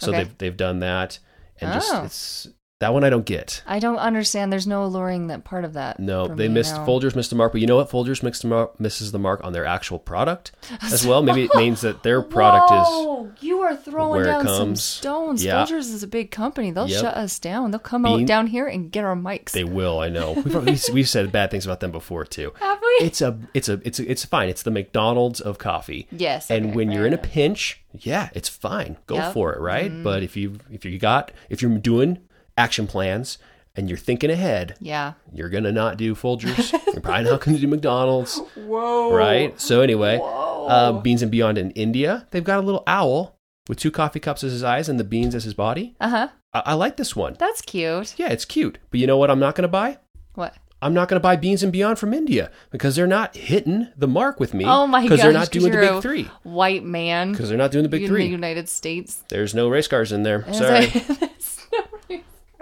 Speaker 1: So
Speaker 3: Okay.
Speaker 1: they've they've done that, and just
Speaker 3: Oh.
Speaker 1: it's that one I don't get.
Speaker 3: I don't understand. There's no alluring that part of that.
Speaker 1: No,
Speaker 3: for
Speaker 1: they
Speaker 3: me,
Speaker 1: missed
Speaker 3: no.
Speaker 1: Folgers missed the mark, but you know what? Folgers missed the mark, misses the mark on their actual
Speaker 3: [LAUGHS]
Speaker 1: product as well. Maybe it means that their product is
Speaker 3: Whoa, you are throwing
Speaker 1: where it
Speaker 3: down some
Speaker 1: comes.
Speaker 3: stones.
Speaker 1: Yeah.
Speaker 3: Folgers is a big company. They'll
Speaker 1: Yep.
Speaker 3: shut us down. They'll come
Speaker 1: Bean-
Speaker 3: out down here and get our mics.
Speaker 1: they will. I know we've already, we've said bad things about them before too.
Speaker 3: Have we?
Speaker 1: It's a it's a it's a, it's fine. It's the McDonald's of coffee.
Speaker 3: Yes,
Speaker 1: and
Speaker 3: okay,
Speaker 1: when you're in a
Speaker 3: fair enough. Mm-hmm.
Speaker 1: pinch, yeah, it's fine. Go
Speaker 3: Yep.
Speaker 1: for it, right? But if you if you got if you're doing action plans and you're thinking ahead,
Speaker 3: yeah.
Speaker 1: you're gonna not do
Speaker 3: [LAUGHS]
Speaker 1: Folgers. you're probably not gonna do McDonald's. Whoa! Right. So anyway, uh, Beans and Beyond in India, they've got a little owl with two coffee cups as his eyes and the beans as his body.
Speaker 3: Uh huh.
Speaker 1: I, I like this one.
Speaker 3: That's cute.
Speaker 1: Yeah, it's cute. But you know what? I'm not gonna buy.
Speaker 3: What?
Speaker 1: I'm not gonna buy Beans and Beyond from India because they're not hitting the mark with me.
Speaker 3: Oh my gosh.
Speaker 1: Because they're not doing the
Speaker 3: you're
Speaker 1: big
Speaker 3: a
Speaker 1: three.
Speaker 3: White man.
Speaker 1: Because they're not doing the big
Speaker 3: in the
Speaker 1: three.
Speaker 3: United States.
Speaker 1: There's no race cars in there.
Speaker 3: And it's
Speaker 1: Sorry.
Speaker 3: like- [LAUGHS] that's no-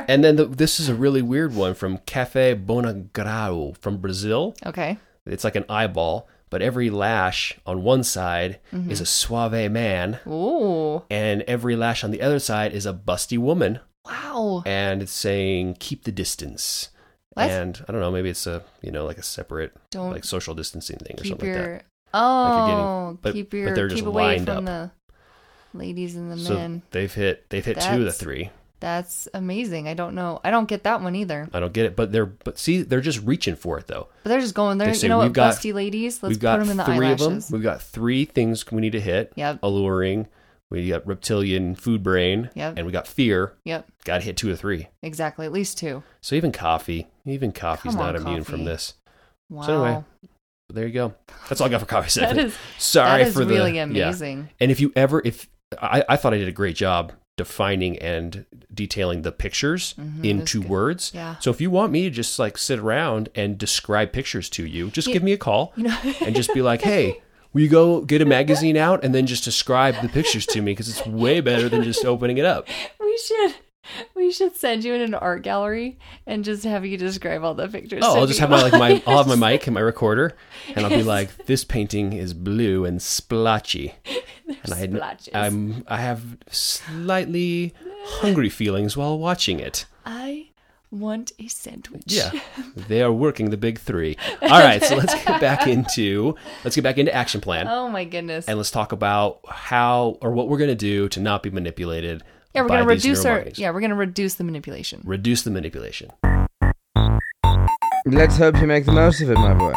Speaker 1: and then the, this is a really weird one from Cafe Bonagrau from Brazil.
Speaker 3: okay.
Speaker 1: It's like an eyeball, but every lash on one side
Speaker 3: Mm-hmm.
Speaker 1: is a suave man,
Speaker 3: Ooh.
Speaker 1: and every lash on the other side is a busty woman,
Speaker 3: Wow.
Speaker 1: and it's saying "keep the distance."
Speaker 3: What?
Speaker 1: And I don't know, maybe it's a you know like a separate
Speaker 3: Don't
Speaker 1: like social distancing thing or
Speaker 3: keep
Speaker 1: something
Speaker 3: your
Speaker 1: like Like you're
Speaker 3: oh
Speaker 1: getting- but-
Speaker 3: keep
Speaker 1: but
Speaker 3: your
Speaker 1: they're just
Speaker 3: keep away
Speaker 1: lined
Speaker 3: from
Speaker 1: up.
Speaker 3: the ladies and the
Speaker 1: that. So
Speaker 3: men.
Speaker 1: they've hit they've hit two of the
Speaker 3: That's-
Speaker 1: three.
Speaker 3: That's amazing. I don't know. I don't get that one either.
Speaker 1: I don't get it, but they're but see they're just reaching for it though.
Speaker 3: But they're just going there.
Speaker 1: They say,
Speaker 3: You know
Speaker 1: "We've
Speaker 3: what,
Speaker 1: got-
Speaker 3: busty ladies? Let's
Speaker 1: We've
Speaker 3: put
Speaker 1: got
Speaker 3: them in the
Speaker 1: three
Speaker 3: eyelashes.
Speaker 1: of them. We've got three things we need to hit.
Speaker 3: Yep.
Speaker 1: Alluring. We got reptilian food brain.
Speaker 3: Yep.
Speaker 1: And we got fear.
Speaker 3: Yep,
Speaker 1: Got to hit two or three.
Speaker 3: exactly. At least two.
Speaker 1: So even coffee, even coffee's
Speaker 3: Come on,
Speaker 1: not immune from
Speaker 3: coffee.
Speaker 1: this.
Speaker 3: Wow.
Speaker 1: So [LAUGHS] anyway, But there you go. That's all I got for coffee.
Speaker 3: [LAUGHS] that
Speaker 1: segment.
Speaker 3: is
Speaker 1: Sorry
Speaker 3: that is
Speaker 1: for the
Speaker 3: really
Speaker 1: yeah.
Speaker 3: amazing.
Speaker 1: And if you ever, if I, I thought I did a great job defining and detailing the pictures
Speaker 3: Mhm, it was
Speaker 1: into
Speaker 3: good.
Speaker 1: words.
Speaker 3: Yeah.
Speaker 1: So if you want me to just like sit around and describe pictures to you, just
Speaker 3: Yeah.
Speaker 1: give me a call
Speaker 3: You know, [LAUGHS]
Speaker 1: and just be like, hey. Will you go get a magazine out and then just describe the pictures to me because it's way better than just opening it up.
Speaker 3: we should we should send you in an art gallery and just have you describe all the pictures.
Speaker 1: Oh,
Speaker 3: to
Speaker 1: I'll just have my
Speaker 3: people.
Speaker 1: like
Speaker 3: [LAUGHS]
Speaker 1: my I'll have my mic and my recorder, and I'll be like, "This painting is blue and splotchy,"
Speaker 3: [LAUGHS]
Speaker 1: and I
Speaker 3: splotches.
Speaker 1: I'm I have slightly hungry feelings while watching it.
Speaker 3: I want a sandwich. [LAUGHS]
Speaker 1: Yeah, they are working the big three. All right, so let's get
Speaker 3: [LAUGHS]
Speaker 1: back into let's get back into action plan,
Speaker 3: Oh my goodness.
Speaker 1: and let's talk about how or what we're gonna do to not be manipulated.
Speaker 3: yeah, we're
Speaker 1: by
Speaker 3: gonna
Speaker 1: these
Speaker 3: reduce our
Speaker 1: neuromarketers.
Speaker 3: yeah, we're gonna reduce the manipulation.
Speaker 1: reduce the manipulation.
Speaker 7: Let's hope you make the most of it, my boy.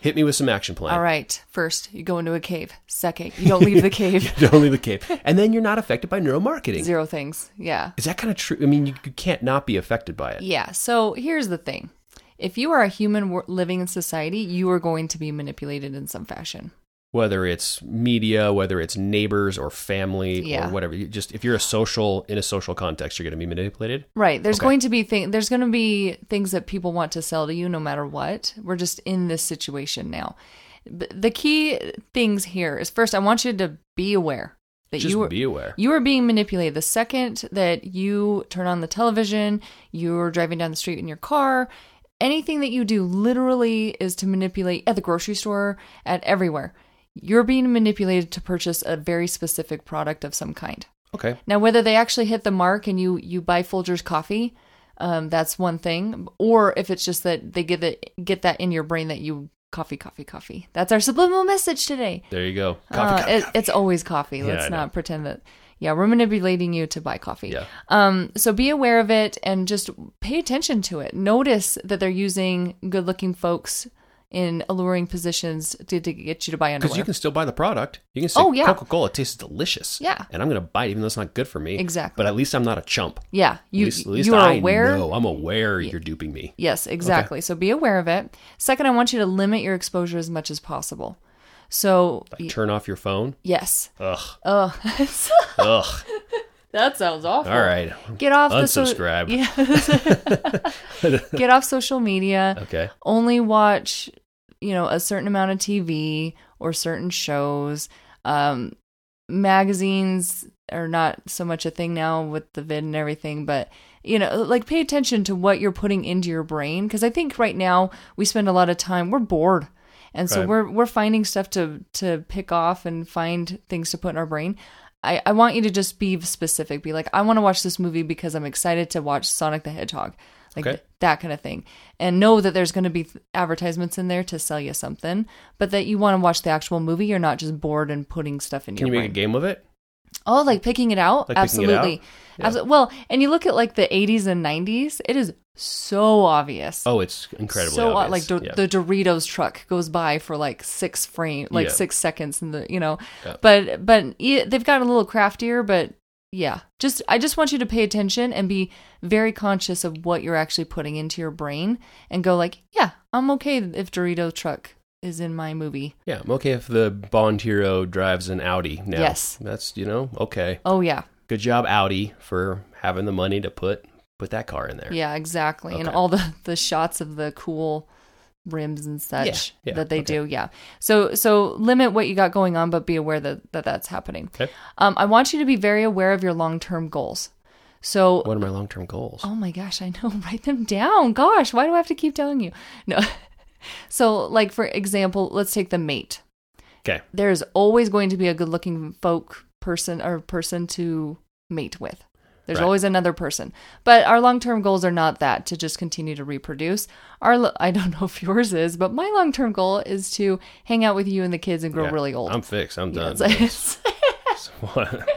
Speaker 1: Hit me with some action plan.
Speaker 3: All right. First, you go into a cave. Second, you don't leave the cave.
Speaker 1: [LAUGHS] Don't leave the cave, and then you're not affected by neuromarketing.
Speaker 3: Zero things. Yeah.
Speaker 1: Is that kind of true? I mean, you, you can't not be affected by it.
Speaker 3: Yeah. So here's the thing if you are a human wor- living in society, you are going to be manipulated in some fashion.
Speaker 1: Whether it's media, whether it's neighbors or family
Speaker 3: Yeah.
Speaker 1: or whatever. You just if you're a social in a social context, you're going to be manipulated.
Speaker 3: Right. There's
Speaker 1: Okay.
Speaker 3: going to be thing there's going to be things that people want to sell to you no matter what. We're just in this situation now. B- The key things here is first I want you to be aware that
Speaker 1: Just
Speaker 3: you are
Speaker 1: be aware.
Speaker 3: you are being manipulated. The second that you turn on the television, you're driving down the street in your car, anything that you do literally is to manipulate at the grocery store, at everywhere. You're being manipulated to purchase a very specific product of some kind.
Speaker 1: okay.
Speaker 3: Now, whether they actually hit the mark and you you buy Folgers coffee, Um, that's one thing. Or if it's just that they get it, get that in your brain that you coffee, coffee, coffee. That's our subliminal message today.
Speaker 1: There you go.
Speaker 3: Uh,
Speaker 1: Coffee,
Speaker 3: it, It's always coffee. Let's
Speaker 1: I know.
Speaker 3: not pretend that. Yeah, we're manipulating you to buy coffee.
Speaker 1: Yeah.
Speaker 3: Um. So be aware of it and just pay attention to it. Notice that they're using good-looking folks in alluring positions to, to get you to buy
Speaker 1: because
Speaker 3: underwear.
Speaker 1: you can still buy the product. You can say
Speaker 3: Oh, yeah.
Speaker 1: Coca Cola tastes delicious.
Speaker 3: Yeah.
Speaker 1: and I'm gonna buy it even though it's not good for me.
Speaker 3: Exactly.
Speaker 1: But at least I'm not a chump.
Speaker 3: yeah. You
Speaker 1: at least, at least
Speaker 3: you are
Speaker 1: I
Speaker 3: aware.
Speaker 1: know. I'm aware you're duping me.
Speaker 3: Yes, exactly. So be aware of it. Second, I want you to limit your exposure as much as possible. So
Speaker 1: Like, turn off your phone.
Speaker 3: yes,
Speaker 1: Ugh. [LAUGHS]
Speaker 3: oh,
Speaker 1: Ugh.
Speaker 3: [LAUGHS] that sounds awful.
Speaker 1: All right. [LAUGHS]
Speaker 3: get off the so- [LAUGHS]
Speaker 1: Unsubscribe.
Speaker 3: Yeah. get off
Speaker 1: [LAUGHS]
Speaker 3: social media.
Speaker 1: Okay.
Speaker 3: Only watch, you know, a certain amount of TV or certain shows. Um, magazines are not so much a thing now with the vid and everything, but you know, like pay attention to what you're putting into your brain because I think right now we spend a lot of time we're bored. And so
Speaker 1: Right.
Speaker 3: we're we're finding stuff to to pick off and find things to put in our brain. I, I want you to just be specific. Be like, I want to watch this movie because I'm excited to watch Sonic the Hedgehog. Like
Speaker 1: Okay.
Speaker 3: th- that kind of thing. And know that there's going to be th- advertisements in there to sell you something, but that you want to watch the actual movie. You're not just bored and putting stuff in
Speaker 1: Can
Speaker 3: your
Speaker 1: you make
Speaker 3: brain.
Speaker 1: a game of it?
Speaker 3: Oh, like picking it out?
Speaker 1: Like picking it out?
Speaker 3: Absolutely. Abso- well, and you look at like the 80s and 90s, it is so obvious.
Speaker 1: Oh, it's incredibly
Speaker 3: so o-
Speaker 1: obvious.
Speaker 3: like do-
Speaker 1: Yeah.
Speaker 3: the Doritos truck goes by for like 6 frame like
Speaker 1: Yeah.
Speaker 3: 6 seconds and the you know.
Speaker 1: Yeah.
Speaker 3: But but e- they've gotten a little craftier, but yeah. Just I just want you to pay attention and be very conscious of what you're actually putting into your brain and go like, yeah, I'm okay if Dorito truck is in my movie.
Speaker 1: Yeah, I'm okay if the Bond hero drives an Audi now.
Speaker 3: Yes.
Speaker 1: That's, you know, okay.
Speaker 3: Oh yeah.
Speaker 1: Good job, Audi, for having the money to put put that car in there.
Speaker 3: Yeah, exactly. And
Speaker 1: Okay.
Speaker 3: all the the shots of the cool rims and such
Speaker 1: Yeah, yeah,
Speaker 3: that they
Speaker 1: okay.
Speaker 3: do. Yeah. So so limit what you got going on, but be aware that, that that's happening.
Speaker 1: Okay.
Speaker 3: Um, I want you to be very aware of your long term goals. So
Speaker 1: What are my long term goals?
Speaker 3: Oh my gosh, I know. [LAUGHS] Write them down. Gosh, why do I have to keep telling you? No. [LAUGHS] so, like for example, let's take the mate.
Speaker 1: Okay.
Speaker 3: There's always going to be a good-looking folk person or person to mate with. There's
Speaker 1: Right.
Speaker 3: always another person. But our long-term goals are not that to just continue to reproduce. Our lo- I don't [LAUGHS] know if yours is, but my long-term goal is to hang out with you and the kids and grow
Speaker 1: Yeah.
Speaker 3: really old.
Speaker 1: I'm fixed. I'm done.
Speaker 3: Yeah, it's like- [LAUGHS] it's-
Speaker 1: [LAUGHS]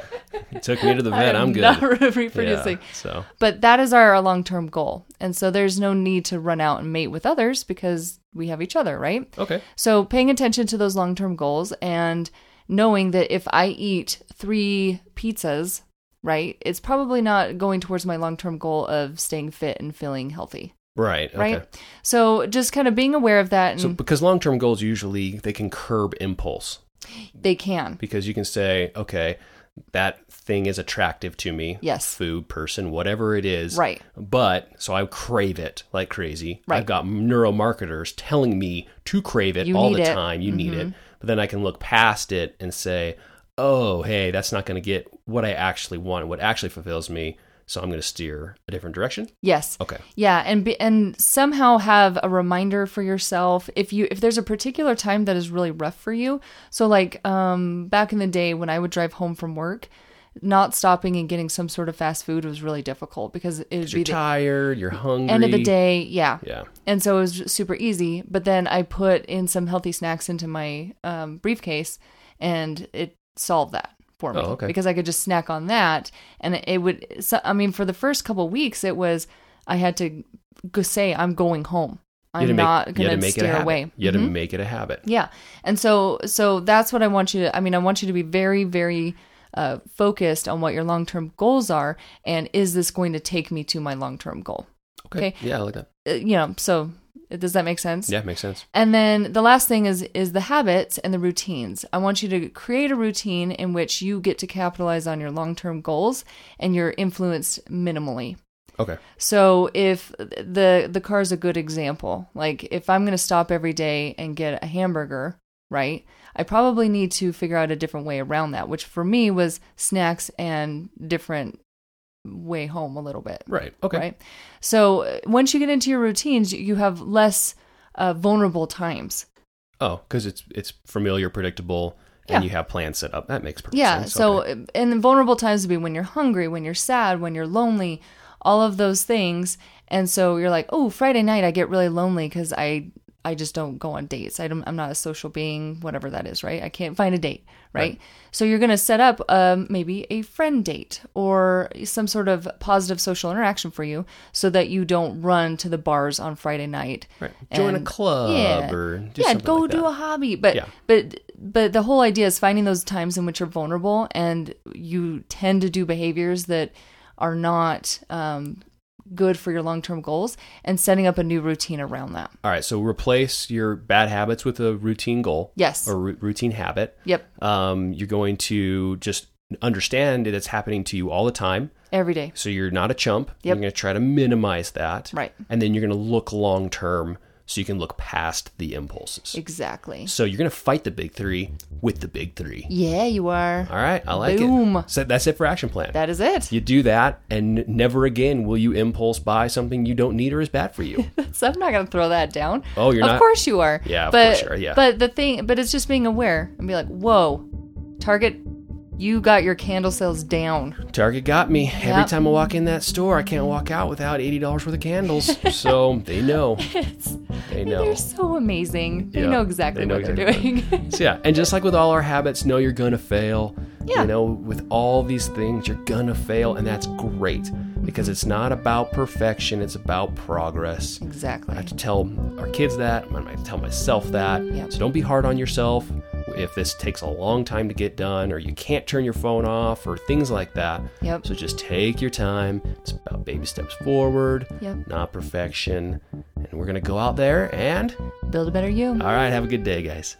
Speaker 1: It took me to the vet. I'm, good.
Speaker 3: Not [LAUGHS]
Speaker 1: Yeah,
Speaker 3: reproducing.
Speaker 1: so,
Speaker 3: But that is our, our long term goal. And so there's no need to run out and mate with others because we have each other, right?
Speaker 1: okay.
Speaker 3: So paying attention to those long term goals and knowing that if I eat three pizzas, right, it's probably not going towards my long term goal of staying fit and feeling healthy,
Speaker 1: Right. Okay.
Speaker 3: right? So just kind of being aware of that and
Speaker 1: So, because long term goals usually they can curb impulse.
Speaker 3: they can.
Speaker 1: because you can say, okay, that thing is attractive to me.
Speaker 3: Yes.
Speaker 1: Food, person, whatever it is.
Speaker 3: Right.
Speaker 1: But so I crave it like crazy.
Speaker 3: Right.
Speaker 1: I've got neuromarketers telling me to crave it
Speaker 3: You
Speaker 1: all
Speaker 3: need
Speaker 1: the
Speaker 3: it. Mm-hmm.
Speaker 1: time. You need it. But then I can look past it and say, oh, hey, that's not going to get what I actually want, what actually fulfills me. So I'm going to steer a different direction.
Speaker 3: Yes.
Speaker 1: Okay.
Speaker 3: Yeah, and be, and somehow have a reminder for yourself if you if there's a particular time that is really rough for you. So like um back in the day when I would drive home from work, not stopping and getting some sort of fast food was really difficult because it would be
Speaker 1: You're
Speaker 3: the
Speaker 1: tired. You're hungry.
Speaker 3: end of the day. Yeah.
Speaker 1: Yeah.
Speaker 3: And so it was just super easy, but then I put in some healthy snacks into my um, briefcase and it solved that for me
Speaker 1: Oh, okay.
Speaker 3: because I could just snack on that and it would so, I mean for the first couple weeks it was I had to go say I'm going home.
Speaker 1: You had to
Speaker 3: I'm
Speaker 1: make-
Speaker 3: not
Speaker 1: you had
Speaker 3: going to
Speaker 1: make it a
Speaker 3: steer
Speaker 1: habit.
Speaker 3: away.
Speaker 1: You had
Speaker 3: Mhm.
Speaker 1: to make it a habit.
Speaker 3: Yeah. And so so that's what I want you to I mean I want you to be very very uh, focused on what your long-term goals are and is this going to take me to my long-term goal? Okay.
Speaker 1: Yeah, I like that.
Speaker 3: Uh, you know, so does that make sense?
Speaker 1: Yeah, makes sense.
Speaker 3: And then the last thing is is the habits and the routines. I want you to create a routine in which you get to capitalize on your long-term goals and you're influenced minimally.
Speaker 1: Okay.
Speaker 3: So if the the car is a good example, like if I'm going to stop every day and get a hamburger, right? I probably need to figure out a different way around that, which for me was snacks and different way home a little bit.
Speaker 1: Right. Okay.
Speaker 3: Right. So uh, once you get into your routines, you- you have less uh, vulnerable times.
Speaker 1: Oh, because it's it's familiar, predictable, and
Speaker 3: Yeah.
Speaker 1: you have plans set up. That makes perfect
Speaker 3: Yeah.
Speaker 1: sense.
Speaker 3: So
Speaker 1: okay.
Speaker 3: uh, and the vulnerable times would be when you're hungry, when you're sad, when you're lonely, all of those things. And so you're like, oh, Friday night I get really lonely because I I just don't go on dates. I don't, I'm not a social being, whatever that is, right? I can't find a date, right? So you're gonna set up um, maybe a friend date or some sort of positive social interaction for you, so that you don't run to the bars on Friday night.
Speaker 1: Right. Join a club
Speaker 3: yeah.
Speaker 1: or do
Speaker 3: yeah,
Speaker 1: something
Speaker 3: go
Speaker 1: like
Speaker 3: do
Speaker 1: that.
Speaker 3: a hobby. But
Speaker 1: Yeah.
Speaker 3: but but the whole idea is finding those times in which you're vulnerable and you tend to do behaviors that are not um, good for your long term goals, and setting up a new routine around that.
Speaker 1: All right, so replace your bad habits with a routine goal.
Speaker 3: Yes.
Speaker 1: Or ru- routine habit.
Speaker 3: Yep,
Speaker 1: Um, you're going to just understand that it's happening to you all the time.
Speaker 3: every day.
Speaker 1: So you're not a chump. You're
Speaker 3: Yep.
Speaker 1: going to try to minimize that.
Speaker 3: Right.
Speaker 1: And then you're going to look long term so you can look past the impulses.
Speaker 3: Exactly.
Speaker 1: So you're going to fight the big three with the big three.
Speaker 3: Yeah, you are.
Speaker 1: All right, I like
Speaker 3: Boom.
Speaker 1: it. So that's it for action plan.
Speaker 3: That is it.
Speaker 1: you do that, and never again will you impulse buy something you don't need or is bad for
Speaker 3: [LAUGHS]
Speaker 1: you.
Speaker 3: So I'm not going to throw that down.
Speaker 1: Oh, you're
Speaker 3: of
Speaker 1: not-
Speaker 3: course you are.
Speaker 1: Yeah, of
Speaker 3: but,
Speaker 1: course you are, yeah.
Speaker 3: But the thing, but it's just being aware and be like, whoa, Target, you got your candle sales down. [LAUGHS]
Speaker 1: Target got me. Every
Speaker 3: Yep.
Speaker 1: time I walk in that store, I can't walk out without eighty dollars worth of candles.
Speaker 3: [LAUGHS]
Speaker 1: so they know. They know.
Speaker 3: They're so amazing. They
Speaker 1: Yeah,
Speaker 3: know exactly
Speaker 1: they know
Speaker 3: what
Speaker 1: exactly
Speaker 3: they're doing. [LAUGHS]
Speaker 1: So yeah, and just like with all our habits, know you're gonna fail.
Speaker 3: Yeah.
Speaker 1: You know, with all these things, you're gonna fail, and that's great because it's not about perfection; it's about progress.
Speaker 3: exactly.
Speaker 1: I have to tell our kids that. I might tell myself that.
Speaker 3: Yep.
Speaker 1: So don't be hard on yourself if this takes a long time to get done, or you can't turn your phone off, or things like that.
Speaker 3: Yep.
Speaker 1: So just take your time. It's about baby steps forward,
Speaker 3: Yep.
Speaker 1: not perfection. And we're gonna go out there and
Speaker 3: Build a better you.
Speaker 1: all right. Have a good day, guys.